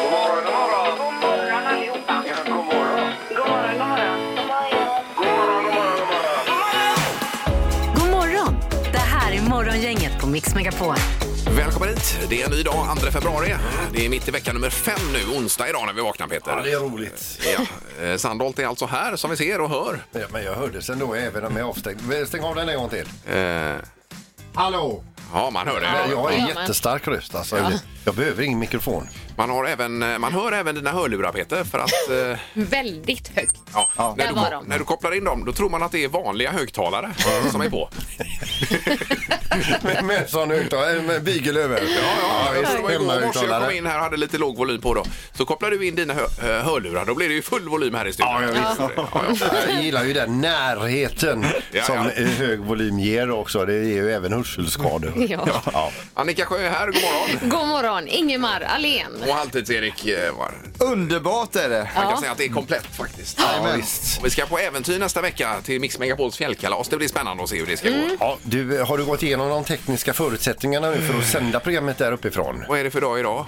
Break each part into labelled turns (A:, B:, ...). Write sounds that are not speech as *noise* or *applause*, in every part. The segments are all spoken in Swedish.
A: God morgon, god morgon. God morgon allihopa. Ja, god morgon. God morgon, god morgon. God morgon, god morgon, god morgon.
B: God morgon! Det här är Morgongänget på Mix Megapol.
C: Välkommen hit. Det är en ny dag, 2 februari. Det är mitt i vecka nummer fem nu, onsdag idag när vi vaknar Peter.
D: Ja, det är roligt.
C: Ja, eh, Sandholt är alltså här som vi ser och hör.
D: Ja, men jag hördes ändå även om jag är avstängd. Men Stäng av den en gång till.
C: Eh,
D: Hallå!
C: Ja, man hör
D: Jag
C: det.
D: har en jättestark röst alltså. Jag behöver ingen mikrofon. *laughs*
C: Man, har även, eh, man hör även dina hörlurar Peter för att eh,
E: Väldigt högt. *laughs*
C: ja, när, du,
E: Där var de.
C: när du kopplar in dem då tror man att det är vanliga högtalare som är på.
D: med, med sån högtalare, med bygel över.
C: Ja, ja, visst. Det var igår morse jag
D: Hemmahögtalare.
C: kom in här och hade lite låg volym på då. Så kopplar du in dina hö eh, hörlurar, då blir det ju full volym här i studion.
D: Ja, ja, visst. Jag gillar ju den närheten
C: ja.
D: som eh, hög volym ger också. Det ger ju även hörselskador.
E: Ja.
D: Ja.
C: Annika Sjö är här, god
B: *laughs*
C: morgon.
E: God morgon, Ingemar Ahlén.
C: Och halvtids-Erik eh, var
F: Underbart är det!
C: Man kan säga att det är komplett faktiskt.
D: Ja, visst.
C: Och vi ska på äventyr nästa vecka till Mix Megapols fjällkalas. Det blir spännande att se hur det ska gå.
D: Ja, du, eh, har du gått igenom de tekniska förutsättningarna nu för att sända programmet där uppifrån?
C: Vad är det för dag idag? Eh,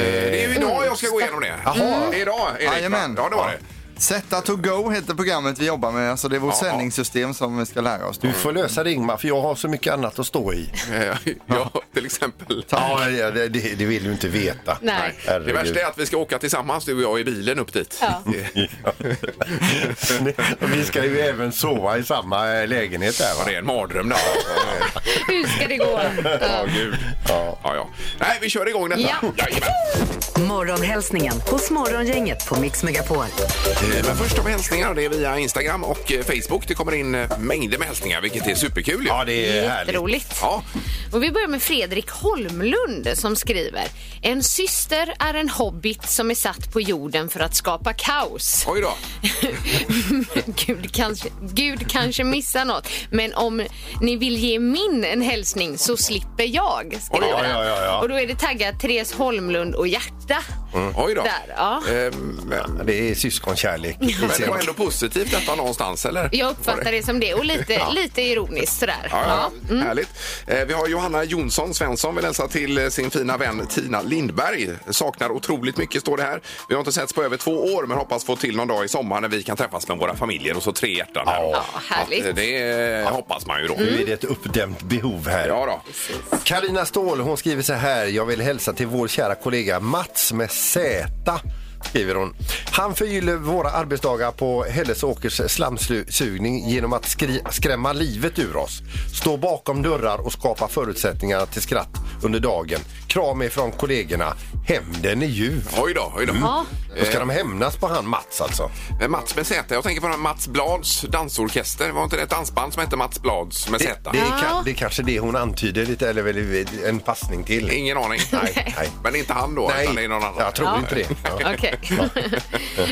C: det är ju idag jag ska gå igenom det. Mm.
D: Jaha.
C: Det är idag, Erik. va?
F: Jajamän.
C: Ja, det var det.
F: Zeta to go heter programmet vi jobbar med. Alltså det är vårt
C: Ja.
F: sändningssystem som vi ska lära oss.
D: Du får lösa det Ingmar, för jag har så mycket annat att stå i.
C: Eh, ja, till exempel.
D: Ja, ja, det, det det vill du inte veta.
E: Nej.
C: Det värsta är att vi ska åka tillsammans, du och jag, i bilen upp dit.
E: Ja.
D: Vi ska ju även sova i samma eh, lägenhet där
C: Ja,
D: va?
C: det är en mardröm där. Eh,
E: Hur ska det gå?
C: Ja, gud. Ja. Ja, Nej, vi kör igång detta.
E: Ja.
C: Jajamän.
B: Morgonhälsningen hos Morgongänget på Mix Megapol.
C: Eh, Men först om hälsningar, det är via Instagram och eh, Facebook. Det kommer in eh, mängder med hälsningar, vilket är superkul. ju.
D: Ja, det är härligt.
E: Jätteroligt.
C: Ja,
E: Och vi börjar med Fredrik Holmlund som skriver. En syster är en hobbit som är satt på jorden för att skapa kaos. *laughs*
C: oj då.
E: Gud kanske, Gud kanske missar något. Men om ni vill ge min en hälsning så slipper jag, skriver
D: Oj, oj, oj, oj, oj.
E: han. Och då är det taggat Therese Holmlund och hjärta.
C: Mm. Oj då.
E: Där, ja.
C: Eh, men-
D: Det är syskonkärlek.
C: Men det var ändå positivt detta någonstans, eller?
E: Jag uppfattar det Mm. som det och lite, lite ironiskt sådär.
C: Ja, ja, ja. Härligt. Eh, Vi har Johanna Jonsson Svensson vill hälsa till eh, sin fina vän Tina Lindberg. Saknar otroligt mycket står det här. Vi har inte setts på över två år men hoppas få till någon dag i sommar när vi kan träffas med våra familjer och så tre hjärtan här.
D: Ja.
E: Ja, härligt. Mm.
C: Att, eh, Det eh, hoppas man ju då.
D: Nu är det ett uppdämt behov här.
C: Ja då.
D: Karina Ståhl hon skriver så här. Jag vill hälsa till vår kära kollega Mats med Z. Skriver hon. Han förgyller våra arbetsdagar på Hällesåkers slamsugning genom att skri- skrämma livet ur oss. Stå bakom dörrar och skapa förutsättningar till skratt under dagen. Kram ifrån kollegorna. Hämnden är ljuv.
C: Oj då, oj då.
E: Ja.
D: Då ska de hämnas på han Mats alltså.
C: Eh, Mats med Z. Jag tänker på den här Mats Blads dansorkester. Var inte det ett dansband som hette Mats Blads med Z?
D: Det, det, är, ka- det är kanske det hon antyder lite, eller väl en passning till.
C: Ingen aning. Nej.
D: Nej.
C: Men inte han då, utan det är någon annan.
D: jag tror inte det. Ja.
E: Okej.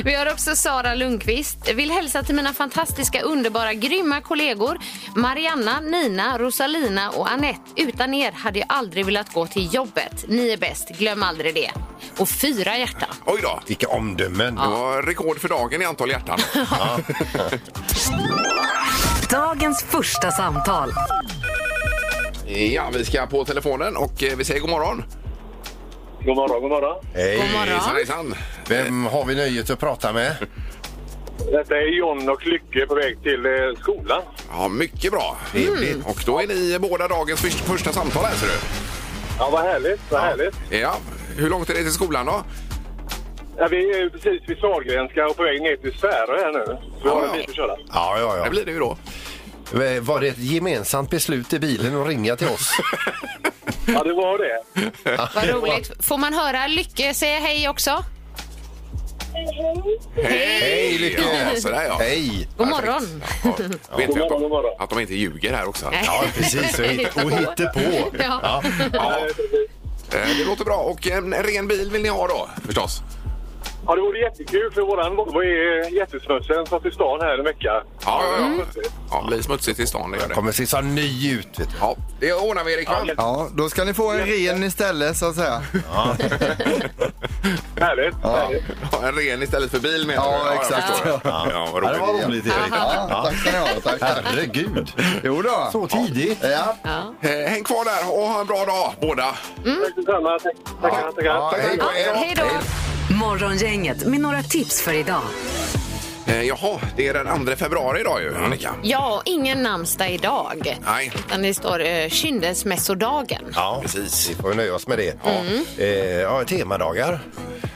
E: Vi har också Sara Lundqvist. Vill hälsa till mina fantastiska, underbara, grymma kollegor Marianna, Nina, Rosalina och Annette. Utan er hade jag aldrig velat gå till jobbet. Ni är bäst, glöm aldrig det. Och fyra hjärtan.
C: Oj då.
D: *laughs* Vilka omdömen.
C: Det var rekord för dagen i antal hjärtan.
B: Dagens första samtal.
C: Ja, vi ska på telefonen och eh, vi säger god morgon.
A: God morgon, god morgon.
D: Hej.
C: Hejsan, hejsan.
D: Vem har vi nöjet att prata med?
A: Detta är John och Lycke på väg till eh, skolan.
C: Ja, mycket bra. Och då är ni båda dagens först, första samtal här ser du.
A: Ja, vad härligt, vad härligt.
C: Ja, hur långt är det till skolan då?
A: Ja, vi är ju precis vid Sahlgrenska och på väg ner till Sfärö här nu. Så vi har
C: Ja.
A: en bit att köra.
D: Ja,
C: Det
D: ja,
C: blir det ju då.
D: ja. Var det ett gemensamt beslut i bilen att ringa till oss?
A: Ja, det var det.
D: *laughs*
E: Vad roligt. Får man höra Lycke säga hej också?
D: Hej, Lycke!
C: Ja, sådär *laughs* ja.
D: Hej!
E: God morgon.
C: Ja, vet vi
A: God
C: att,
A: morgon, god
C: de,
A: morgon.
C: att de inte ljuger här också.
E: *laughs* Nej.
D: Ja, precis. Och hit- och hittepå.
E: *laughs* Ja.
C: Ja, eh, det låter bra. Och en ren bil vill ni ha då, förstås?
G: Ja, det vore jättekul för våran Volvo är jättesmutsig. Så till stan här en vecka.
C: Ja, ja, ja.
H: Mm.
A: Mm.
C: ja blir smutsigt i stan, det gör det.
D: Kommer se så ny ut. Vet du.
C: Ja, det ordnar vi Erik. va?
F: Ja, då ska ni få en ren istället så att säga.
G: Härligt. härligt.
C: Ja, en ren istället för bil menar
F: Ja,
C: du? jag
F: exakt.
C: förstår det. Ja, vad
I: Ja, det var
C: roligt.
I: roligt Erik.
F: Ja, tack ska ni ha. Tack, tack.
I: Herregud.
F: Jo då.
I: Så tidigt.
F: Ja.
C: Eh, Häng kvar där och ha en bra dag båda.
G: Tack detsamma. Tack- Tackar, tackar.
D: Ja, hej då.
E: Ja, hej då!
B: Morgongänget med några tips för idag.
C: Eh, Jaha, det är den 2 februari idag ju, Annika.
E: Ja, ingen namnsdag idag.
C: Nej.
E: Utan det står eh, kyndelsmässodagen.
D: Ja, precis. Vi får nöja oss med det. Eh, ja, temadagar.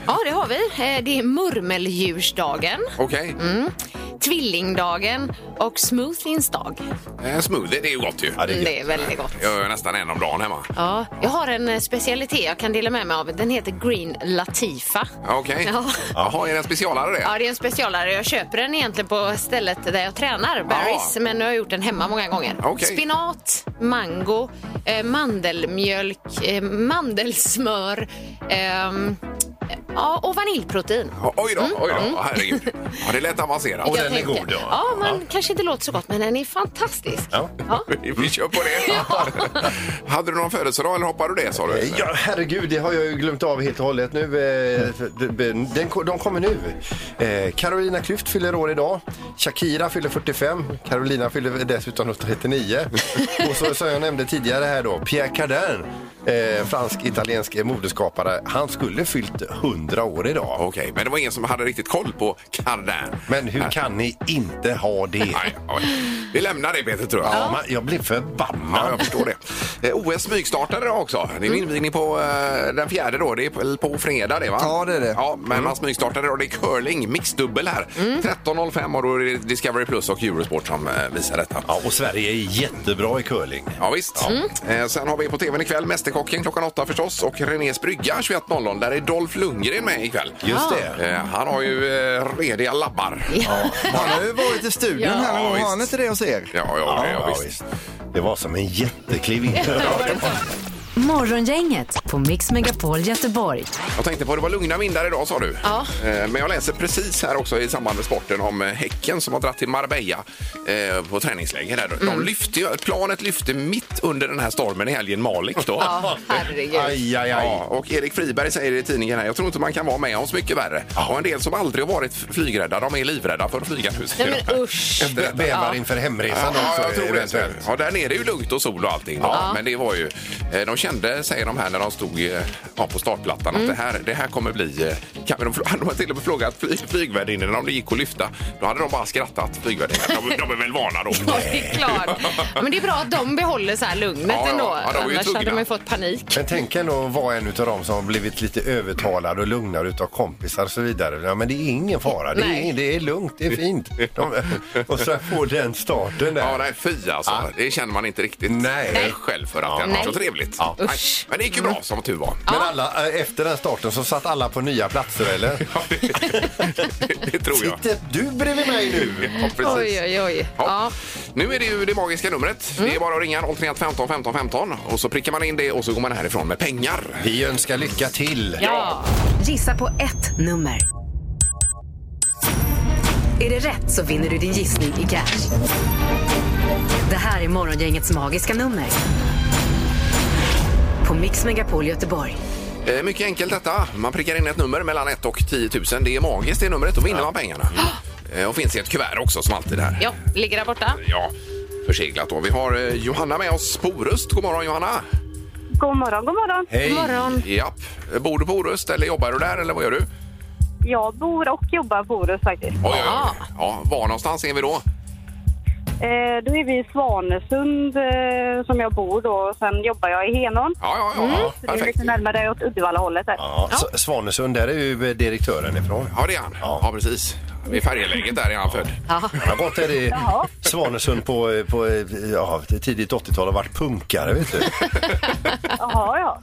E: Ja, det har vi. Eh, Det är murmeldjursdagen,
C: Okej.
E: tvillingdagen och smoothiens dag.
C: Eh, smoothie, det är ju gott ju.
D: det är
E: Det är väldigt gott.
C: Jag gör nästan en om dagen hemma.
E: Ja, jag har en eh, specialitet jag kan dela med mig av. Den heter Green Latifa.
C: Okej.
E: Ja.
C: Jaha, är det en specialare det?
E: Ja, det är en specialare. Jag köper den egentligen på stället där jag tränar, Barry's, men nu har jag gjort den hemma många gånger.
C: Okej.
E: Spinat, mango, eh, mandelmjölk, eh, mandelsmör ehm, ja, och vaniljprotein.
C: Ja, Oj då, oj då, herregud. Ja, det lät avancerat.
E: Jag
I: den är
E: tänkte-
I: god, ja.
E: Ja, man kanske inte låter så gott, men den är fantastisk.
I: Ja.
E: Ja.
C: *laughs*
E: *laughs*
C: Vi kör på det. Hade du någon födelsedag eller hoppade du det sa du?
D: Ja, herregud, det har jag ju glömt av helt och hållet nu. eh, Den, de kommer nu. Eh, Carolina Klüft fyller år idag. Shakira fyller 45. Carolina fyller dessutom 39. Och så som jag nämnde tidigare här då, Pierre Cardin, eh, fransk-italiensk modeskapare. Han skulle fyllt 100 år idag.
C: Okej, men det var ingen som hade riktigt koll på Cardin.
D: Men hur kan ni inte ha det?
C: Nej, oj. Vi lämnar det Peter tror jag.
D: Ja, man- Jag blev
C: Ja,
D: förbannad.
C: jag förstår det. Eh, OS smygstartade idag också. Det är invigning på eh, den fjärde då. Det är på, på fredag det va?
F: Ja, det är det.
C: Ja, men man smygstartade idag. Det är curling, mixdubbel här. 13.05 och då är det Discovery Plus och Eurosport som eh, visar detta.
I: Ja, och Sverige är jättebra i curling.
C: Ja, visst. Eh, sen har vi på tvn ikväll Mästerkocken klockan åtta förstås och Renés brygga 21.00. Där är Dolph Lundgren med ikväll.
I: Just det.
C: Eh, han har ju eh, rediga labbar.
F: Han har ju varit i studion
E: Ja,
F: här någon gång.
C: visst.
F: Har han inte det hos er?
C: Ja, ja, ja, ja, visst.
I: Det var som en *laughs* jättekliv in.
B: Morgongänget på Mix Megapol Göteborg.
C: Jag tänkte på det var lugna vindar idag sa du.
E: Ja.
C: Eh, Men jag läser precis här också i samband med sporten om eh, Häcken som har dragit till Marbella eh, på träningsläger. Där.
E: Mm.
C: De lyfte, ju- planet lyfte mitt under den här stormen i helgen Malik då.
E: *laughs* Ja, herregud.
I: Aj, aj, aj.
C: Ja, och Erik Friberg säger i tidningen här, jag tror inte man kan vara med om så mycket värre. Och en del som aldrig har varit flygrädda, de är livrädda för att flyga nu. säger
E: Nej,
C: de.
E: men usch.
D: Bä- Bävar inför hemresan
C: Ja,
D: också.
C: jag tror det.
D: eventuellt.
C: Ja, där nere är det ju lugnt och sol och allting. då. Men det var ju, eh, de kände, säger de här när de stod eh, ja, på startplattan, att det här, det här kommer bli... eh, Kan, de, *laughs* de har till och med frågat fly, flygvärdinnorna om det gick att lyfta. Då hade de bara skrattat, flygvärdinnorna. De, de är väl vana då.
E: Ja, det är klart. Men det är bra att de behåller så här lugnet
C: Ja, ja.
E: ändå.
C: Ja, de är
E: Annars
C: ju
E: hade
C: tvungna.
E: de ju fått panik.
D: Men tänk ändå att vara en av dem som har blivit lite övertalad och lugnad utav kompisar och så vidare. Ja, men det är ingen fara. Det
E: Nej.
D: är, det är lugnt, det
C: *laughs*
D: är fint. De, och så får den starten där.
C: Ja, nej, fy alltså. Det känner man inte riktigt
D: Nej.
C: eh, själv för att det
E: Nej.
C: är så trevligt.
D: Ja.
C: Nej.
E: Usch.
C: Men det gick ju bra, som tur var. *laughs*
D: Men alla, eh, efter den starten så satt alla på nya platser eller?
C: *laughs* Ja, det, det, det tror jag.
D: Sitter du bredvid mig nu?
C: Ja, precis.
E: Oj, oj, oj.
C: Ja.
E: Ja.
C: Nu är det ju det magiska numret. Det är bara att ringa 031 15 15 15 och så prickar man in det och så går man härifrån med pengar.
D: Vi önskar lycka till.
E: Ja.
B: Gissa på ett nummer. Är det rätt så vinner du din gissning i cash. Det här är Morgongängets magiska nummer. På Mix Megapol Göteborg.
C: Eh, mycket enkelt detta. Man prickar in ett nummer mellan 1 och 10 000. Det är magiskt det numret. Då vinner man pengarna. Eh, och finns i ett kuvert också som alltid här.
E: ja, ligger där borta.
C: Ja, förseglat då. Vi har eh, Johanna med oss på Orust. God morgon Johanna!
G: God morgon, god morgon.
E: God morgon.
C: Japp. Eh, Bor du på Orust eller jobbar du där eller vad gör du? Oj,
G: Jag bor och jobbar på Orust faktiskt.
C: oj, oj. Ja, var någonstans är vi då?
G: Eh, då är vi i Svanesund eh, som jag bor då. Sen jobbar jag i Henån.
C: Ja, ja, ja.
G: Så det är
C: Perfekt.
G: lite närmare åt Uddevalla-hållet där.
D: Ja, S- Svanesund, där är ju eh, direktören ifrån.
C: Ja, det är han. Ja, precis. Vid färjeläget där är
G: *laughs*
C: han född.
D: Han har gått där i Svanesund på, eh, på eh, ja, tidigt 80-tal och varit punkare vet du.
G: Jaha, ja.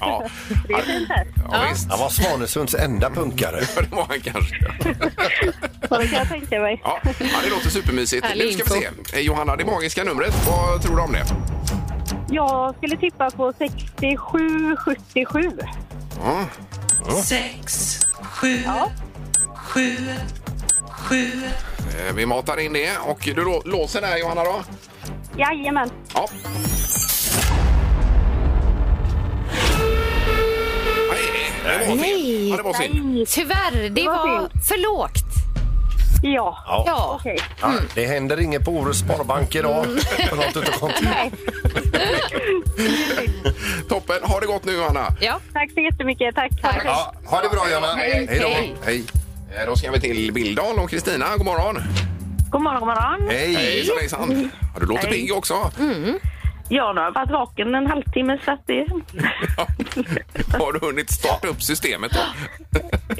C: Ja,
G: Det är fint här.
C: ja visst.
D: Han var Svanesunds enda punkare.
C: *laughs* Ja, det var han kanske.
G: Så det kan jag tänka mig.
C: Ja, ja, det låter supermysigt.
E: Härlig
C: Nu ska vi
E: info.
C: se. Eh, Johanna, det magiska numret. Vad tror du om det?
G: Jag skulle tippa på 67, 77.
C: Ja.
A: Sju. Sju. Sju.
C: Eh, Vi matar in det och du lå- låser där Johanna då?
G: Jajamän.
C: Ja. Nej, det var fel.
E: Nej,
C: Ja, det var synd.
E: tyvärr. Det var för lågt.
G: Ja.
D: Ja.
E: Ja.
D: Ja, det händer inget på Orust Sparbank idag.
J: Mm.
D: På något utav
J: *laughs*
D: kontoren.
C: *laughs* Toppen. Har det gott nu Johanna.
E: Ja.
G: Tack så jättemycket. Tack.
C: Ja, ha det bra Johanna.
G: Hej.
C: Hej
G: Hej.
C: då. Hej. Eh, Då ska vi till Bildal och Kristina. God morgon.
J: God morgon, god morgon.
C: Hej. Hejsan, hejsan. Ja, du låter
J: Hej.
C: pigg också.
J: Mm. Ja, nu har jag varit vaken en halvtimme så att det...
C: Har du hunnit starta upp systemet *laughs* då?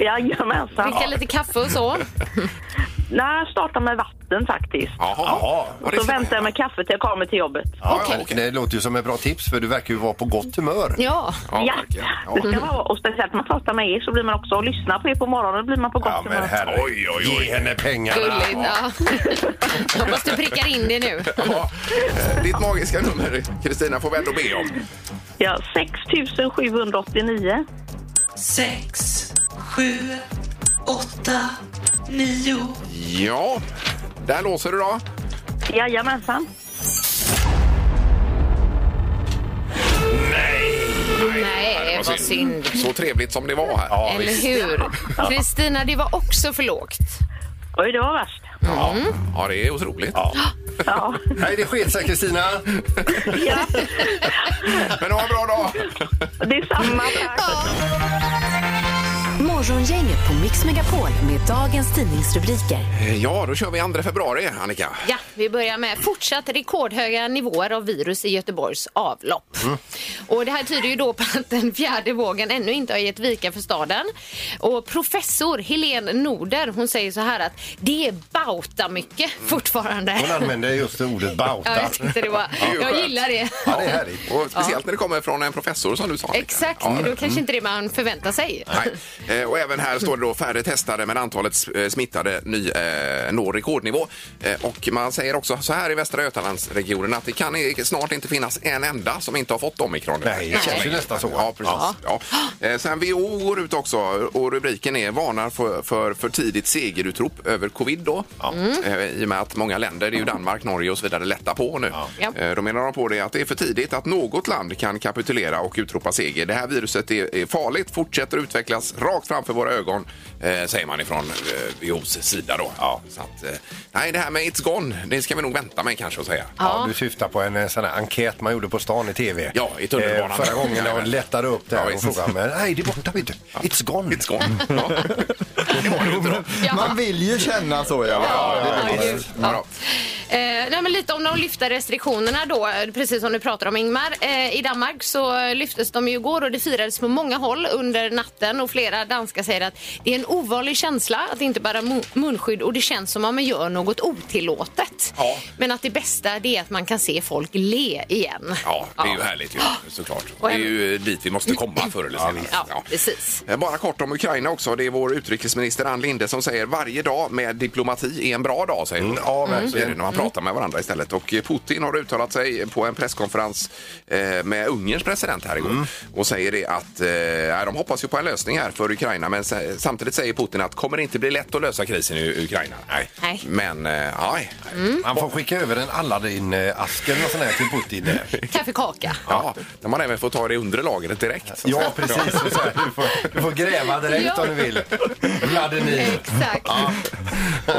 J: Jajamensan.
E: Dricka lite kaffe och så.
J: Nej, jag startar med vatten faktiskt.
C: Jaha.
J: Och så väntar jag med kaffe till jag kommer till jobbet.
D: Ja, Det låter ju som ett bra tips för du verkar ju vara på gott humör.
E: Ja.
J: Ja, det ska man vara. Och speciellt när man pratar med er så blir man också och lyssnar på er på morgonen blir man på gott humör.
C: Oj, oj, oj.
D: Ge henne pengarna.
E: Gulligt. Ja. Hoppas du prickar in det nu.
C: Eh, Ditt magiska nummer, Kristina, får vi ändå be om.
J: Ja, 6 789.
A: Sex. Sju. Åtta. Nio.
C: Ja, där låser du då.
J: Jajamensan.
E: Nej, vad synd.
C: Så trevligt som det var här. Ja,
E: Eller hur? Kristina, det var också för lågt.
J: Oj, det var värst.
C: Ja, ja det är otroligt.
J: Ja.
D: Nej, det sket sig Kristina.
C: Men ha en bra *laughs* dag.
J: Detsamma,
B: Morgongänget på Mix Megapol med dagens tidningsrubriker.
C: Eh, Ja, då kör vi 2 februari, Annika.
E: Ja, vi börjar med fortsatt rekordhöga nivåer av virus i Göteborgs avlopp. Och det här tyder ju då på att den fjärde vågen ännu inte har gett vika för staden. Och professor Helene Norder, hon säger så här att det är bauta mycket fortfarande.
D: Hon använder just ordet
E: Ja,
D: bauta.
E: jag tyckte det var... Jag gillar det.
D: Ja, det är härligt.
C: Och speciellt när det kommer från en professor som du sa. Annika.
E: Exakt,
C: Ja.
E: då kanske inte det man förväntar sig.
C: Nej. Eh, Och även här står det då färre testade men antalet eh, smittade ny, eh, når rekordnivå. Eh, och man säger också så här i Västra Götalandsregionen att det kan i- snart inte finnas en enda som inte har fått omikron.
D: Nej, det känns ju nästan så.
C: Ja, precis. Ja. Eh, sen WHO går ut också och rubriken är varnar för för, för tidigt segerutrop över covid då. Eh, I och med att många länder, det är ju Danmark, Norge och så vidare, lättar på nu.
E: Ja.
C: Eh, Då menar de på det att det är för tidigt att något land kan kapitulera och utropa seger. Det här viruset är är farligt, fortsätter utvecklas rakt framför våra ögon, eh, säger man ifrån eh, WHOs sida då. Så att, eh, nej, det här med It's gone, det ska vi nog vänta med kanske att säga.
D: Ja, du syftar på en eh, sån här enkät man gjorde på stan i tv.
C: Ja, i tunnelbanan.
D: förra gången när hon lättade upp det
C: Ja,
D: här och
C: visst.
D: frågade men nej, det är borta vet du. It's gone.
C: It's gone. Ja. Det var det ju inte då.
F: Man vill ju känna så. Ja.
C: Ja, då.
E: Eh, nej, men lite om de lyfta restriktionerna då, eh, precis som du pratar om Ingmar. Eh, I Danmark så eh, lyftes de ju igår och det firades på många håll under natten och flera danskar säger att det är en ovanlig känsla att inte bära mu- munskydd och det känns som om man gör något otillåtet.
C: Ja.
E: Men att det bästa det är att man kan se folk le igen.
C: Ja, det är ju härligt ju, såklart.
E: Och
C: det är
E: en-
C: ju dit vi måste komma förr eller senare.
E: Ja,
C: Ja.
E: precis.
C: Eh, Bara kort om Ukraina också. Det är vår utrikesminister Ann Linde som säger varje dag med diplomati är en bra dag. Säger hon.
D: Mm,
C: Mm.
D: Ja, verkligen. Mm.
C: Så är det när man pratar med varandra istället. Och eh, Putin har uttalat sig på en presskonferens eh, med Ungerns president här
D: Mm.
C: igår och säger det att eh, nej, de hoppas ju på en lösning här för Ukraina men sa- samtidigt säger Putin att kommer det inte bli lätt att lösa krisen i Ukraina.
E: Nej. Mm.
C: Men eh, nej.
D: Man får skicka över en Aladdin-ask eller något sånt här till Putin. där.
E: Kaffekaka.
C: Ja, när man även får ta det undre lagret direkt.
D: Ja, precis. Så här, du, får, du får gräva direkt om du vill. Vladimir.
E: Exakt.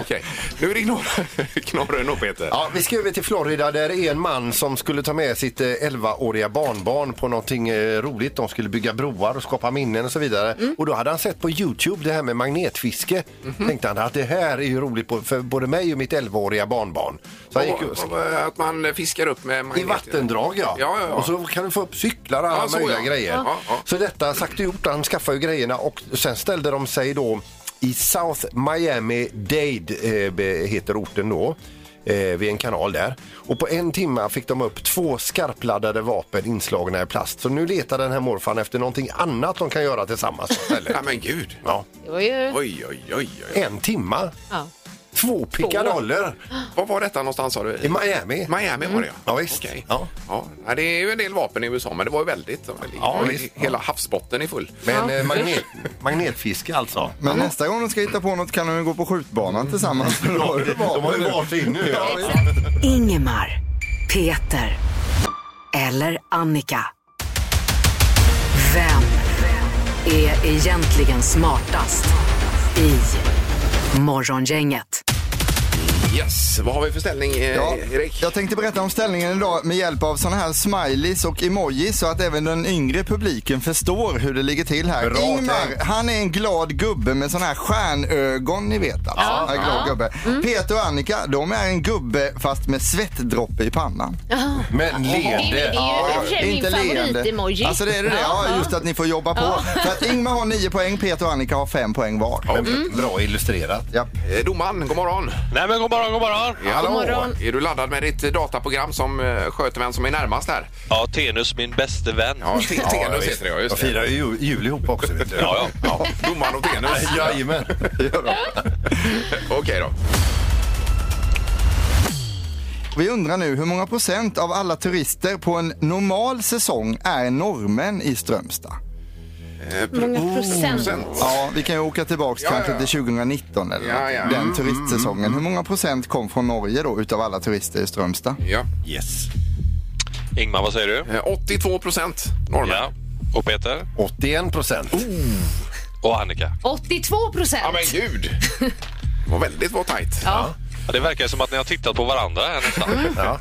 C: Okej, nu är det knorr- *laughs* knorren då Peter.
D: Ja, vi ska över till Florida där det är en man som skulle ta med sitt eh, 11-åriga barnbarn på någonting eh, roligt. De skulle bygga broar och skapa minnen och så vidare. Och då hade han sett på Youtube det här med magnetfiske. Tänkte han att det här är ju roligt på- för både mig och mitt 11-åriga barnbarn. Så han gick och,
C: Och, eh, Att man fiskar upp med
D: i
C: magnet. *laughs*
D: vattendrag ja.
C: Ja, ja, ja.
D: Och så kan du få upp cyklar och alla
C: Ja, så,
D: möjliga
C: ja.
D: grejer.
C: Ja, ja.
D: Så detta sagt och gjort, han skaffade ju grejerna och sen ställde de sig då i South Miami Dade eh, be- heter orten då eh, vid en kanal där. Och på en timme fick de upp två skarpladdade vapen inslagna i plast. Så nu letar den här morfan efter någonting annat de kan
C: *laughs*
D: göra tillsammans istället.
C: Nej men gud.
D: ja.
E: Det var ju...
C: Oj, oj, oj. oj.
D: En timma.
E: Ja.
D: Två pickadoller.
C: Var var detta någonstans sa du?
D: I Miami.
C: Miami var det ja.
D: Ja, visst.
C: Okej.
D: Ja.
C: Ja, nej, det är ju en del vapen i USA, men det var ju väldigt...
D: Ja,
C: he-
D: visst.
C: hela havsbotten är full.
D: Men eh, magnet, magnetfiske alltså.
F: Men nästa gång de ska hitta på något kan de ju gå på skjutbanan tillsammans. De
D: De har ju varsin nu. Ja.
B: Ingemar, Peter eller Annika. Vem är egentligen smartast i Morgongänget?
C: Yes, vad har vi för ställning eh,
F: Ja,
C: Erik?
F: jag tänkte berätta om ställningen idag med hjälp av såna här smileys och emojis så att även den yngre publiken förstår hur det ligger till här.
D: Bra
F: Ingmar,
D: tänkt.
F: han är en glad gubbe med såna här stjärnögon, ni vet alltså.
E: Ja.
F: En glad
E: Ja. Mm.
F: gubbe. Peter och Annika, de är en gubbe fast med svettdroppe i pannan.
D: Men
E: Det är
D: leende.
E: ju i och för sig min
F: Inte
E: favorit-emoji.
F: leende. Alltså det är det, det. ja just att ni får jobba på. För att Ingmar har 9 poäng, Peter och Annika har 5 poäng var.
D: Ja, Bra illustrerat.
F: Ja.
C: Eh, Domaren, god morgon!
H: Nej men god morgon, god morgon.
C: Ja, Hallå!
E: God morgon.
C: Är du laddad med ditt eh, dataprogram som eh, sköter vem som är närmast där?
H: Ja, Tenus min bäste vän.
C: Ja, Te- Tenus
D: visst.
C: heter det ja,
D: Jag
C: just det.
D: firar ju jul, jul ihop också. Vet du.
H: Ja, ja.
C: Ja, domaren och Tenus.
D: *laughs* Jajamän.
C: Okej då.
F: Vi undrar nu hur många procent av alla turister på en normal säsong är norrmän i Strömstad?
C: Eh,
E: Många procent.
F: Ja, vi kan ju åka tillbaks
C: Ja,
F: kanske
C: ja, ja.
F: till 2019 eller
C: Ja,
F: något.
C: ja.
F: den turistsäsongen. Hur många procent kom från Norge då utav alla turister i Strömstad?
C: Ja.
D: Yes.
H: Ingmar, vad säger du?
C: Eh, 82 procent norrmän.
H: Ja. Och Peter?
D: 81 procent.
H: Och Annika?
E: 82 procent.
C: Ja, men gud! Det var väldigt var tajt.
E: Ja.
H: Ja, det verkar som att ni har tittat på varandra här
E: Mm.
H: nästan.
D: Ja.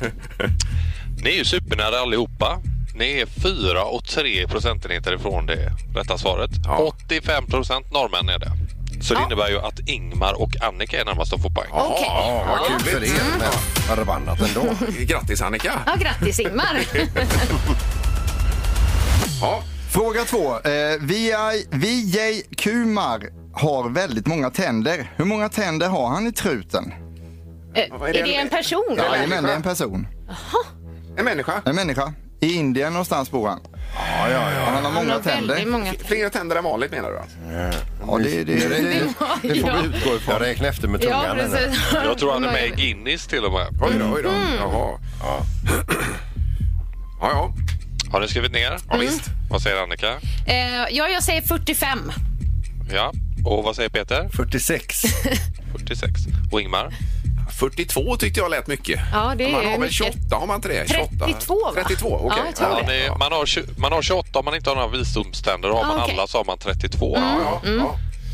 H: Ni är ju supernära allihopa. Ni är 4 och 3 procentenheter ifrån det rätta svaret.
C: Ja.
H: 85 procent norrmän är det. Så det innebär ju att Ingmar och Annika är närmast att få poäng.
C: Jaha,
E: Okej.
C: ja, vad
D: Kul
C: kul. Mm.
D: för er, men förbannat ändå.
C: Grattis Annika!
E: Ja, grattis Ingmar.
C: Ja.
F: Fråga två. Eh, VI Vijay Kumar har väldigt många tänder. Hur många tänder har han i truten?
E: Eh, är det en person?
C: Ja,
E: eller?
F: Jajamän, det är en person.
C: En människa.
F: En människa. I Indien någonstans bor han.
D: Ja, ja, ja.
F: Han har
E: Han
F: många
E: har väldigt
F: tänder.
E: många.
C: Fler tänder än vanligt menar du? alltså?
F: Ja, det, det, det, det, det
E: *laughs*
F: får vi utgå ifrån.
D: Jag räknar efter med tungan.
E: Ja,
D: här nu.
E: precis.
H: Jag tror han är med i Guinness till och med.
C: Oj då, oj då.
E: Mm.
C: Jaha.
D: Ja.
C: Ja, ja.
H: Har ni skrivit ner?
C: ja
E: Mm.
C: visst.
H: Vad säger Annika?
E: Eh, ja, jag säger 45.
H: Ja. Och vad säger Peter? *laughs*
D: 46.
H: 46. Och Ingmar?
C: 42 tyckte jag lät mycket.
E: Ja, det
C: man
E: är
C: har väl
E: mycket.
C: 28, har man inte det? 28.
E: 32, va?
C: 32, okej.
E: Ja, jag tror
H: Man, är, man, har, tju- man har 28 om man inte har några visdomständer. Har man
E: Ah, okej. Mm.
H: alla så har man 32.
C: Ja, ja,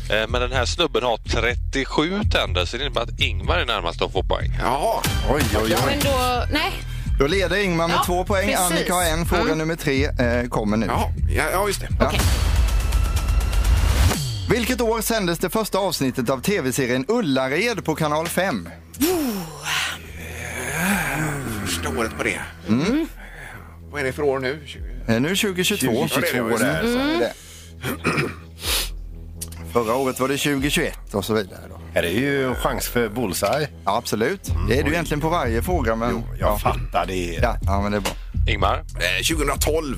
C: ja.
H: Eh, Men den här snubben har 37 tänder så det innebär att Ingmar är närmast att få poäng.
C: Jaha.
D: Oj, oj, oj.
E: Men då, nej.
F: Då leder Ingmar med
E: Ja,
F: två poäng.
E: precis. Mm.
F: Annika har en. Fråga nummer tre eh, kommer nu.
C: Jaha. Ja, ja, just det.
E: Okej.
F: Vilket år sändes det första avsnittet av tv-serien Ullared på kanal 5?
C: Första året på det. Vad är det för år nu? 20?
F: Eh, nu 2022.
D: 22 där. så.
F: Mm. Det. Mm. Förra året var det 2021 och så vidare. Då.
D: Här är ju chans för bullseye.
F: Ja, absolut. Det är du egentligen på varje fråga. Men...
D: Jag fattar det.
F: ja. ja, men det är bra.
H: Ingmar
C: Eh, 2012.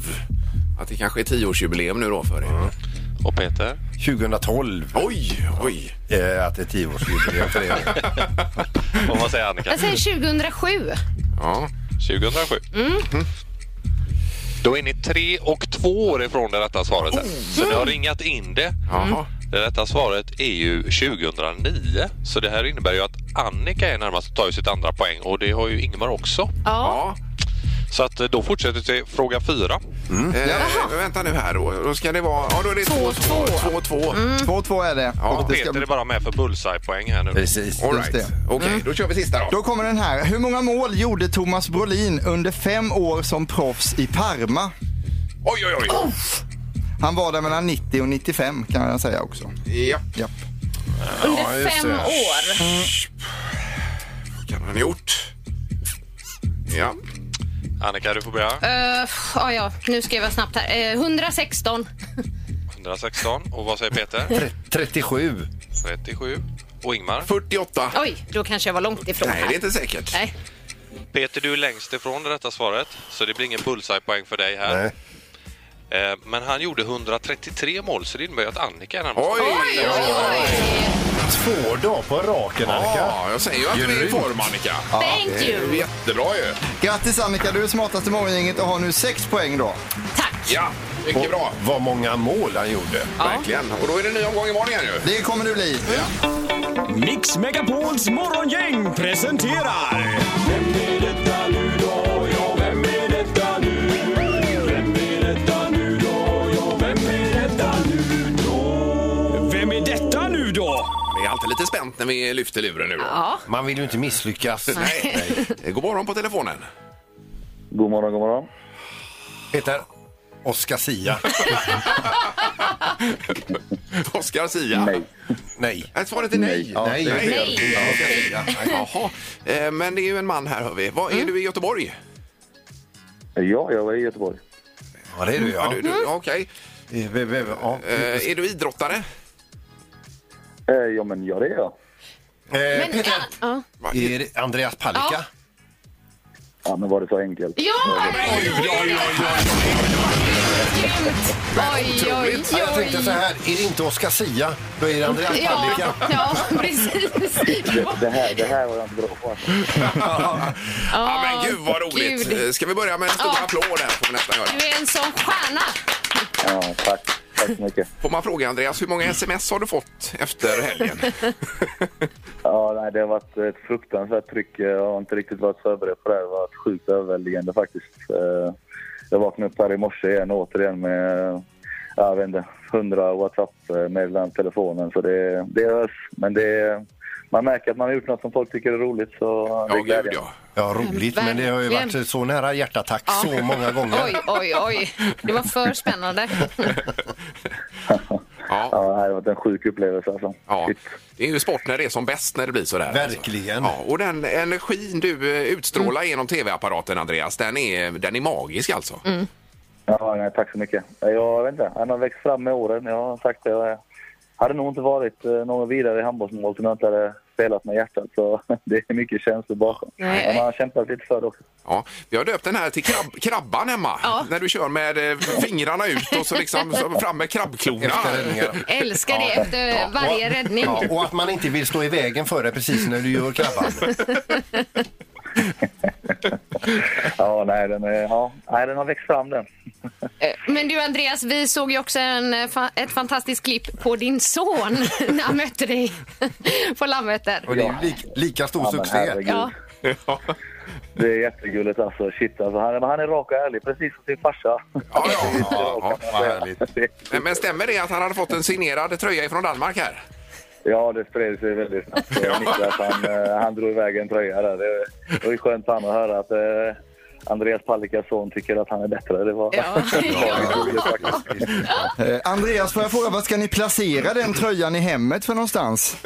C: Att det kanske är tioårsjubileum nu då för er.
H: och Peter.
D: 2012,
C: Oj, oj.
D: eh, att det är tioårsjubileum för er.
H: Och vad säger Annika? *laughs*
E: Jag säger 2007.
C: Ja.
H: 2007. Mm. Då är ni tre och två år ifrån det rätta svaret. Här. Så ni har ringat in det.
C: Jaha.
H: Det rätta svaret är ju 2009. Så det här innebär ju att Annika är närmast att ta ju sitt andra poäng och det har ju Ingmar också.
E: Ja.
C: Ja.
H: Så att eh, då fortsätter vi till fråga fyra.
C: Eh, vänta nu här då. Då ska det vara... Ja, då är det 2-2. 2-2.
E: Mm.
F: 2-2 är det.
C: Ja,
F: Och det
H: Peter är bara med för bullseye-poäng här nu.
D: Precis.
C: All
F: Just
C: right.
F: det.
C: Okej, då kör vi sista då.
F: Då kommer den här. Hur många mål gjorde Thomas Brolin under fem år som proffs i Parma?
C: Oj, oj, oj.
F: Han var där mellan 90 och 95 kan jag säga också.
C: Ja.
F: Japp.
E: Under fem
D: det.
E: år.
C: Vad kan han ha gjort? Ja.
H: Annika, du får börja.
E: Eh, ja, ja, nu skrev jag snabbt här. Eh, 116.
H: 116. Och vad säger
D: *laughs*
H: Peter?
D: Tre- 37.
H: 37. Och Ingmar?
C: 48.
E: Oj, då kanske jag var långt ifrån.
C: Nej,
E: här.
C: det är inte säkert.
E: Nej.
H: Peter, du är längst ifrån det rätta svaret, så det blir ingen bullseye-poäng för dig här.
D: Nej.
H: Eh, Men han gjorde 133 mål, så det innebär ju att Annika är närmast.
C: Oj, oj, oj.
D: Två dagar på raken, Annika.
C: Ja, jag säger ju att du är i
D: Grymt.
C: form, Annika.
F: Ja.
E: Thank
C: Det är
E: you.
C: ju jättebra ju.
F: Grattis Annika, du är smartast i morgongänget och har nu 6 poäng då.
C: Ja, mycket bra.
D: Vad många mål han gjorde.
C: Verkligen. Och då är det en ny omgång imorgon igen ju.
F: Det kommer det bli.
K: Mix Megapols morgongäng presenterar... Vem är detta nu då? Ja, vem är detta nu? Vem är detta nu då? Ja, vem är detta nu då? Vem är detta nu då?
C: Det är alltid lite spänt när vi lyfter luren nu då.
E: Ja.
D: Man vill ju inte misslyckas.
C: Nej. Nej. God morgon på telefonen.
D: God morgon, god morgon. Heter Oscar Sia.
C: Oscar Sia. Nej.
D: Nej.
C: Äh, Svaret är nej.
D: Ja, det är fel.
C: Ja, okej. Ja, Jaha. Eh, Men det är ju en man här hör vi. Vad
E: Mm.
C: är du i Göteborg?
H: Ja, jag var i Göteborg.
D: Ja, det är du, ja.
C: Du,
E: Mm.
C: du, Okej. Eh, Är du
E: *laughs*
C: idrottare?
H: Eh, ja, men ja, det är jag.
D: Men, Eh, Peter,
E: ja.
D: är det Andreas Palicka?
E: Ja.
H: Ja, men var det så enkelt?
E: Ja! Oj, oj, oj, oj, oj, oj,
D: Ja, Jag tänkte så här, är det inte Oscar Sia, då är det Andreas Palicka.
E: Ja, ja, precis.
H: Det, det, här, det här var jag inte bra på.
C: Ja, men gud vad roligt.
E: gud.
C: Eh, Ska vi börja med en stor
E: Ja.
C: applåd här får vi nästan göra.
E: Du är en sån stjärna.
H: Ja, tack. Tack så mycket.
C: Får man fråga Andreas, hur många sms har du fått efter helgen?
H: Ja, nej, det har varit ett fruktansvärt tryck. Jag har inte riktigt varit förberedd på det. här. Det har varit sjukt överväldigande faktiskt. Eh, Jag vaknade upp här i morse igen återigen med ja, jag vet inte, 100 WhatsApp-meddelanden på telefonen. Så det, det hörs. Men det, man märker att man har gjort något som folk tycker är roligt. Så det är glädjande.
D: Ja, roligt, men det har ju varit så nära hjärtattack
E: Ja.
D: så många gånger.
E: Oj, oj, oj. Det var för spännande.
H: *laughs*
C: Ja.
H: det här har varit en sjuk upplevelse alltså.
C: Ja, det är ju sport när det är som bäst när det blir sådär. alltså.
D: Verkligen.
C: Ja, och den energin du eh, utstrålar genom tv-apparaten Andreas, den är, den är magisk alltså.
H: Ja, nej, tack så mycket. Jag vet inte, han har växt fram med åren. Jag har sagt det. Jag hade nog inte varit eh, någon vidare handbollsmål om jag inte hade spelat med hjärtat. Så *laughs* det är mycket känslor bakom.
E: Eh,
C: Nej.
H: Men man har kämpat lite för det också.
C: Ja, vi har döpt den här till krabb, krabban hemma. När du kör med eh, fingrarna ut och så liksom så fram med krabbklorna.
E: Älskar det efter varje
D: och,
E: räddning.
D: Ja, och att man inte vill stå i vägen för det precis när du gör krabban.
H: Ja, nej, den, är, ja, nej, den har växt fram den.
E: Eh, Men du Andreas, vi såg ju också en, eh, fa- ett fantastiskt klipp på din son *laughs* när han mötte dig på Landvetter.
D: Och det är ju lik, lika stor
H: Ja, men
D: succé.
H: herregud.
E: Ja.
H: Det är jättegulligt alltså. Shit alltså. Han, är- han är rak och ärlig, precis som sin farsa.
C: Ja, ja, ja, Men, men stämmer det att han hade fått en signerad tröja från Danmark här?
H: Ja, det spred sig väldigt snabbt. Jag missade att han, eh, han drog iväg en tröja där. Det det var ju skönt för honom att höra att eh, Andreas Pallikas son tycker att han är bättre. Det var...
E: Ja.
F: Eh, Andreas, får jag fråga, vad ska ni placera den tröjan i hemmet för någonstans?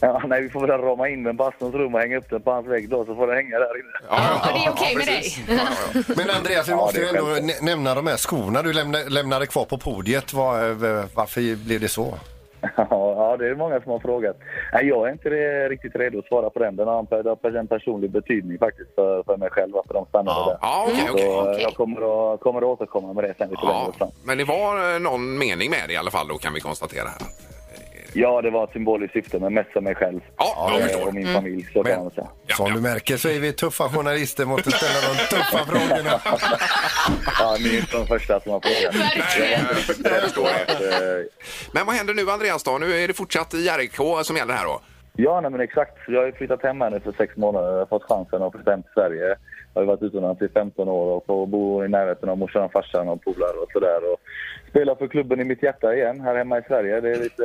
H: Ja, nej, vi får väl rama in den på Astons rum och hänga upp den på hans vägg då, så får den hänga där inne.
E: Ja, det är okej med dig.
D: Men Andreas, vi
H: Ja,
D: måste
H: det
D: ju
H: är
D: ändå
H: självklart.
D: nä- nämna de här skorna du lämna- lämnade kvar på podiet. Var, eh, varför blev det så?
H: *laughs* Ja, ja, det är många som har frågat. Nej, jag är inte re- riktigt redo att svara på den. Den har en- den har en personlig betydning faktiskt för, för mig själv, varför de stannade där.
C: Ja, okej,
H: så
C: okej,
H: eh,
C: okej.
H: jag kommer att, kommer att återkomma med det sen lite
C: Ja,
H: längre fram.
C: men det var eh, någon mening med det i alla fall då kan vi konstatera. här.
H: Ja, det var ett symboliskt syfte, men mest för mig själv
C: Ja, Mm.
H: eh, och min familj. Så kan man säga.
D: Som du märker så är vi tuffa journalister, måste ställa de tuffa frågorna.
H: *laughs* Ja, ni är inte de första som har frågat.
C: Nej, jag- jag förstår det. *laughs* Men vad händer nu Andreas då? Nu är det fortsatt i RIK som gäller här då?
H: Ja, nej, men exakt. Jag har ju flyttat hem här nu för sex månader. Jag har fått chansen att flytta hem till Sverige. Jag har ju varit utomlands i 15 år och får bo i närheten av morsan, farsan och polare och sådär. Och spela för klubben i mitt hjärta igen här hemma i Sverige. Det är lite,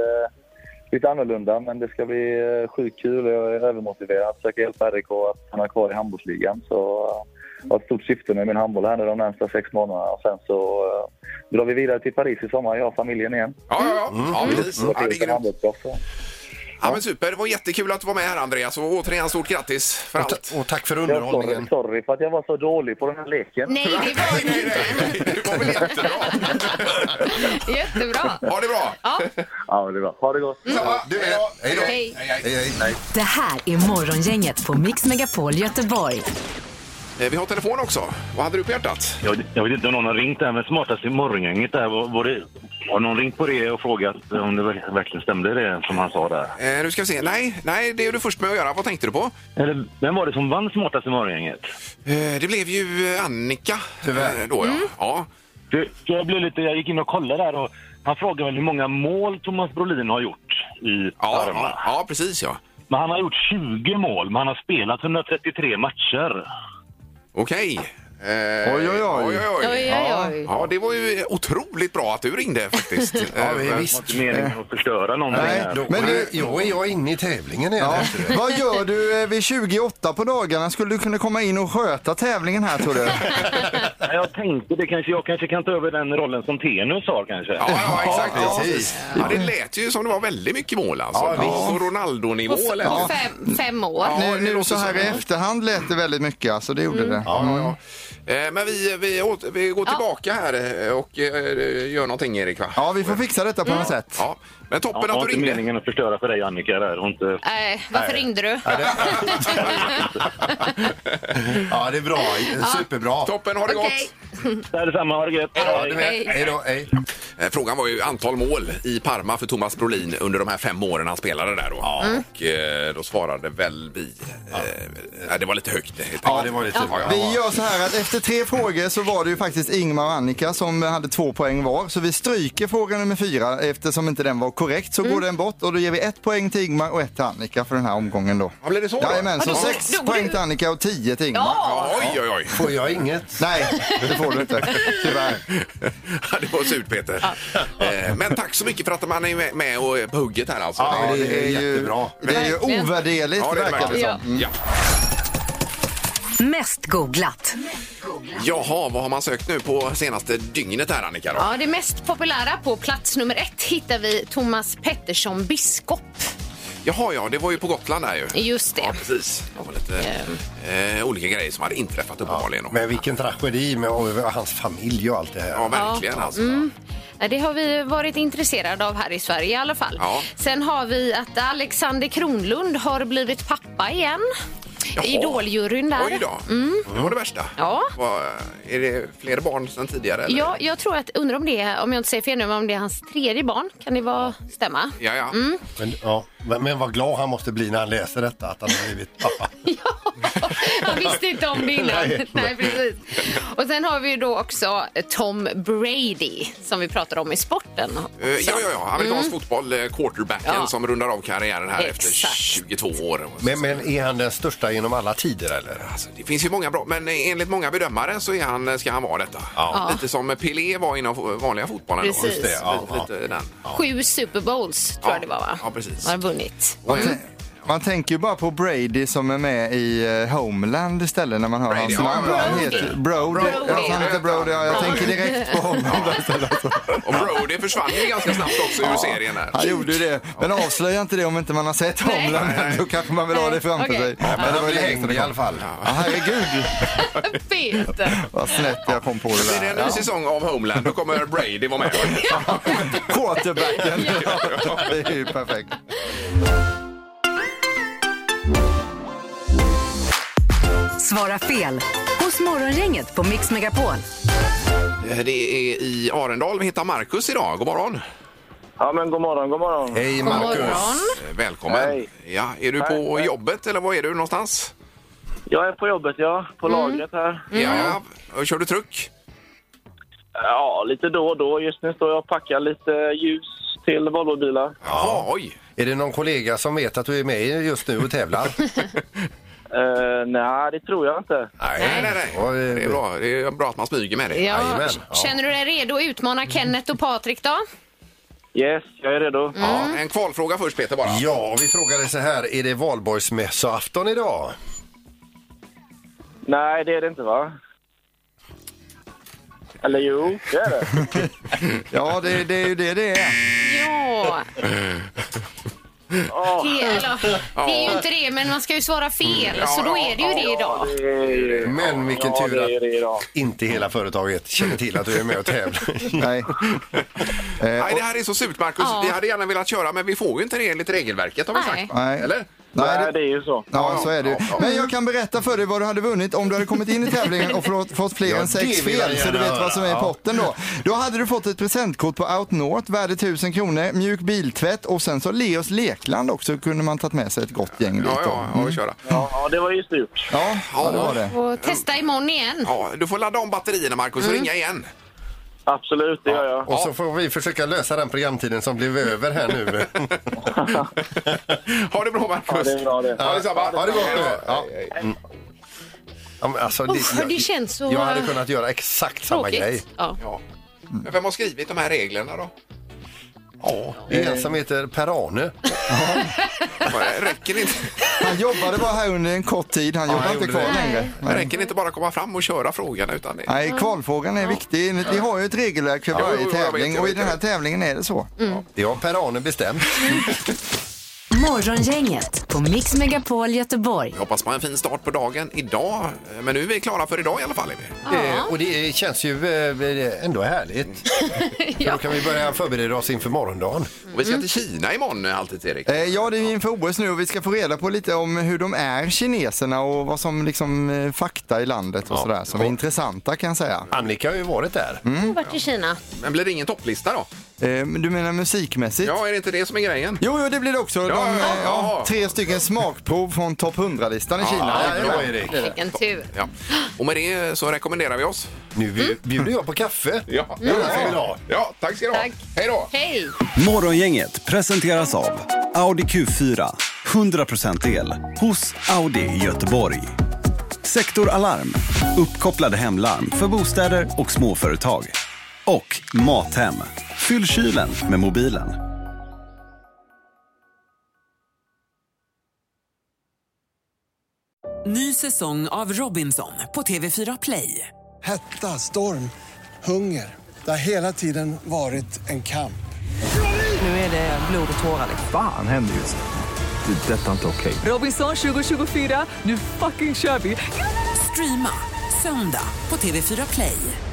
H: lite annorlunda, men det ska bli eh, sjukt kul. Jag är övermotiverad att försöka hjälpa RIK att stanna kvar i handbollsligan. Så eh, jag har ett stort syfte med min handboll här nu de närmsta sex månaderna. Och sen så eh, drar vi vidare till Paris i sommar, jag och familjen igen.
C: Ja, ja, ja. ja precis.
H: Och
C: Ja, det är
H: till
C: grymt.
H: handbollsproffs.
C: Ja, men super, det var jättekul att du var med här Andreas och återigen stort grattis för allt.
D: Och tack för
H: underhållningen. Sorry för att jag var så dålig på den här leken.
E: Nej, det var Jättebra.
C: Ha det bra.
E: Ja.
H: Ja, men det är bra. Ha det gott.
D: Du är... Hej då!
E: Hej.
B: Det här är Morgongänget på Mix Megapol Göteborg.
C: Eh, Vi har telefon också. Vad hade du på hjärtat?
L: Jag, jag vet inte om någon har ringt där, men smartast i morgongänget där var, var det... Har någon ringt på det och frågat om det verk- verkligen stämde det som han sa där?
C: Eh, Nu ska vi se. Nej, nej, det är du först med att göra. Vad tänkte du på?
L: Eller vem var det som vann smartast i morgongänget?
C: Eh, Det blev ju eh, Annika. Tyvärr. Då, ja. ja.
L: För, för jag, blev lite, jag gick in och kollade där och han frågade väl hur många mål Thomas Brolin har gjort i
C: Ja,
L: Parma.
C: ja, ja, precis ja.
L: Men han har gjort 20 mål, men han har spelat 133 matcher.
C: Okej. Eh,
L: Oj, oj, oj.
C: oj.
L: Oj, oj, oj.
C: Ja, det var ju otroligt bra att du ringde faktiskt. Eh,
D: Ja, vi- visst.
L: Det var inte meningen att förstöra någonting.
D: Nej,
L: här.
D: då, men du, jag är jag inne i tävlingen igen.
F: Ja.
D: här, ser du.
F: Vad gör du eh, vid 28 på dagarna? Skulle du kunna komma in och sköta tävlingen här tror du?
L: Nej, Jag tänkte det kanske, jag kanske kan ta över den rollen som Tenus har kanske. Ja,
C: exakt. Ja, Ja, det lät ju som det var väldigt mycket mål alltså.
L: Ja,
C: på
L: visst.
C: Ronaldo-nivå.
E: På, f-
C: lät
E: på
C: det.
E: fem, fem år.
F: nu nu så här i efterhand lät det väldigt mycket, alltså det gjorde det.
C: Ja, ja, Eh, Men vi, vi, åter, vi går tillbaka här eh, och eh, gör någonting Erik va?
F: Ja, vi får fixa detta på något sätt.
C: Ja. Men
L: Ja,
C: toppen
L: det var
C: att du
L: inte
C: ringde.
L: meningen att förstöra för dig Annika där. Och inte...
E: Nej, Eh, varför ringde du?
D: Ja, det är bra. Superbra.
C: Toppen, ha det
E: Okej.
C: gott! Det detsamma, ha det gött!
E: du med. Hej. Hej då,
C: Eh, Frågan var ju antal mål i Parma för Thomas Brolin under de här fem åren han spelade där då.
E: Mm.
C: Och eh, då svarade väl vi... eh, eh, Det var lite högt. helt
D: Ja,
C: enkelt.
D: det var lite högt.
F: Vi gör så här att efter tre frågor så var det ju faktiskt Ingmar och Annika som hade två poäng var. Så vi stryker fråga nummer fyra eftersom inte den var korrekt så går den bort och då ger vi ett poäng till Ingmar och ett till Annika för den här omgången då.
C: Ja, blir det så då?
F: Jajamän, så
C: Ja, då-
F: sex
C: då-
F: poäng till Annika och tio till Ingmar.
C: Ja. Oj, oj, oj.
D: Får jag inget?
F: Nej, det får du
C: *laughs*
F: inte. Tyvärr.
C: Ja, det var surt Peter. Eh, Men tack så mycket för att man är med- med och på hugget här alltså.
F: Ja, det är ju- det är ju liksom. Mm. Verkligen. ovärderligt,
C: ja, det
F: verkar det
C: verkligen.
F: som.
C: Ja.
B: Mest googlat.
C: Jaha, vad har man sökt nu på senaste dygnet här Annika? Då?
E: Ja, det mest populära på plats nummer ett hittar vi Thomas Pettersson Biskop.
C: Jaha, ja, det var ju på Gotland där ju.
E: Just det. Ehm.
C: Ja, precis. Det var lite eh, olika grejer som hade inträffat uppenbarligen.
D: Men vilken tragedi med och hans familj och allt det här.
C: Ja, verkligen
E: Ja.
C: alltså.
E: Mm. Ja, Det har vi varit intresserade av här i Sverige i alla fall.
C: Ja.
E: Sen har vi att Alexander Kronlund har blivit pappa igen.
C: Jaha.
E: Idoljuryn där.
C: Oj då.
E: Mm.
C: Det var det värsta.
E: Ja.
C: Vad, är det fler barn sedan tidigare? eller?
E: Ja, jag tror att, undrar om det är, om jag inte säger fel nu, men om det är hans tredje barn. Kan det vara, stämma? *laughs*
C: Ja, ja.
E: Mm.
D: Men, ja. Men, men vad glad han måste bli när han läser detta, att han har blivit pappa.
E: Jag visste inte om det innan.
D: Nej.
E: *laughs* Nej. precis. Och sen har vi ju då också Tom Brady som vi pratade om i sporten.
C: Eh, ja, ja, ja. Amerikansk
E: Mm.
C: fotboll, eh, quarterbacken
E: Ja.
C: som rundar av karriären här efter
E: Exakt.
C: 22 år.
D: Men, men är han den största genom alla tider eller?
C: Alltså, Det finns ju många bra, men eh, enligt många bedömare så är han, ska han vara detta.
D: Ja.
C: Lite som Pelé var inom fo- vanliga fotbollen.
E: Precis. Just det,
F: ja,
C: lite, Den.
E: Sju Super Bowls tror jag det var, va?
C: Ja, precis.
E: Har vunnit.
C: *laughs*
F: Man, tän- man tänker ju bara på Brady som är med i eh, Homeland istället när man hör hans
C: ja,
F: namn. Han
C: Brody.
F: heter Brody.
C: Brody.
F: Ja, han heter Brody. Ja, jag
C: Brody.
F: tänker direkt på Homeland istället.
C: Och Brody försvann ju ganska snabbt också ur serien. Här.
F: Han gjorde ju det. Men avslöja inte det om inte man har sett Homeland. Då kanske man vill ha det framför
D: Nej,
F: sig.
D: okej.
F: Men det var ju
D: Ja,
F: länge sedan det
D: i alla fall.
F: Ja, herregud,
E: Peter.
F: vad snett jag kom på det
C: Blir det
F: där.
C: en ny säsong av Homeland då kommer Brady vara med.
F: Quarterbacken. Det är ju perfekt.
B: Svara fel hos morgongänget på Mix Megapol.
C: Eh, Det är i Arendal vi hittar Markus idag. God morgon!
H: Ja, men god morgon, god morgon.
D: Hej
C: God
D: Marcus!
C: Eh, Välkommen! Ja, är du på jobbet eller var är du någonstans?
H: Jag är på jobbet, ja. På lagret här.
E: Mm.
C: Ja, och kör du truck?
H: Ja, lite då och då. Just nu står jag och packar lite ljus till Volvobilar.
C: Ja, oj!
D: Är det någon kollega som vet att du är med just nu och tävlar?
H: Eh, nej, det tror jag inte.
C: Nej, nej, nej. Det är bra, det är bra att man smyger med det.
E: Ja. Känner du dig redo att utmana Kenneth och Patrik då?
H: Yes, jag är redo.
C: Ja, en kvalfråga först Peter bara.
D: Ja, vi frågade så här, är det valborgsmässoafton idag?
H: Nej, det är det inte, va? Eller jo, det är det.
F: Ja, det, det är ju det det är.
E: *laughs* Ja.
H: Ja.
E: Det, eller, det är ju inte det, men man ska ju svara fel, så då är det ju det idag.
D: Men vilken
H: Ja,
D: tur
H: det är det idag.
D: att inte hela företaget känner till att du är med och tävlar.
F: Nej.
C: Nej, det här är så surt Marcus.
E: Ja.
C: Vi hade gärna velat köra men vi får ju inte det enligt regelverket har vi
E: Nej.
C: sagt.
F: Nej.
C: Eller?
F: Nej,
M: det är ju så.
F: Ja, så är det ju. Men jag kan berätta för dig vad du hade vunnit om du hade kommit in i tävlingen och fått, fått fler
I: Ja,
F: än sex
I: det vill jag
F: fel, så du
I: gärna
F: vet vad som är i
I: höra.
F: potten då. Då hade du fått ett presentkort på Outnorth värde 1000 kronor, mjuk biltvätt och sen så Leos Lekland också kunde man tagit med sig ett gott gäng dit.
C: Ja, ja, ja, vi köra.
H: Mm.
M: Ja, det var ju surt.
F: Ja, ja, det var det.
E: Och testa imorgon igen.
C: Ja, du får ladda om batterierna, Markus, och ringa igen.
M: Absolut, det gör jag.
D: Och så får vi försöka lösa den programtiden som blev över här *laughs* nu.
C: ha det bra, Markus.
D: Ja, det är bra det.
C: Ha detsamma.
D: Ha det gott
C: Hej
D: nu.
C: då.
D: Ja. Mm. Ja, men alltså,
E: Uff, det känns så,
D: Jag hade
E: eh,
D: kunnat göra exakt samma
E: tråkigt.
D: grej.
E: Ja.
C: Men vem har skrivit de här reglerna då?
D: Ja, det är en som heter Per-Arne.
C: Det Räcker det inte,
F: Han jobbade bara här under en kort tid, han jobbar inte kvar längre.
C: det räcker det inte bara att komma fram och köra frågan utan det...
F: Nej, kvalfrågan är viktig. Vi har ju ett regelverk för
C: Ja,
F: varje
C: jo, jag vet,
F: tävling
C: jag
F: och i
C: vet,
F: den här
C: jag
F: tävlingen är det så.
D: Det har Per-Arne bestämt.
B: Morgongänget på Mix Megapol Göteborg.
C: Jag hoppas på en fin start på dagen idag. Men nu är vi klara för idag i alla fall. Är vi.
D: Eh, och det känns ju eh,
E: *laughs*
D: ändå härligt. För Då kan vi börja förbereda oss inför morgondagen.
C: Och vi ska till Kina imorgon, alltid Erik.
F: Eh, Ja, det är ju inför OS nu och vi ska få reda på lite om hur de är kineserna och vad som liksom eh, fakta i landet och sådär som är intressanta kan jag säga.
D: Annika har ju varit där.
E: Jag har varit i Kina.
C: Men blir det ingen topplista då?
F: Eh, men Du menar musikmässigt?
C: Ja, är det inte det som är grejen?
F: Jo, jo, det blir det också. De,
C: Ja, ja,
F: eh,
C: ja,
F: ja,
C: ja.
F: tre stycken smakprov från topp 100-listan i
C: Ja,
F: Kina.
C: ja, bra,
F: Jajamän.
C: Erik.
E: Vilken tur.
C: Ja. Och med det så rekommenderar vi oss.
D: Nu bjud- bjuder jag på kaffe.
C: Ja,
D: Det är det som vi vill ha.
C: ja tack ska du ha.
E: Tack.
C: Hej då!
E: Hej!
N: Morgongänget presenteras av Audi Q4. 100% el hos Audi i Göteborg. Sektor Alarm. Uppkopplade hemlarm för bostäder och småföretag. Och Mathem. Fyll kylen med mobilen.
O: Ny säsong av Robinson på TV4 Play.
P: Hetta, storm, hunger. Det har hela tiden varit en kamp.
O: Nu är det blod och tårar. liksom.
Q: Fan händer just det. Det är detta inte okej.
O: Robinson 2024, nu fucking kör vi! Streama söndag på TV4 Play.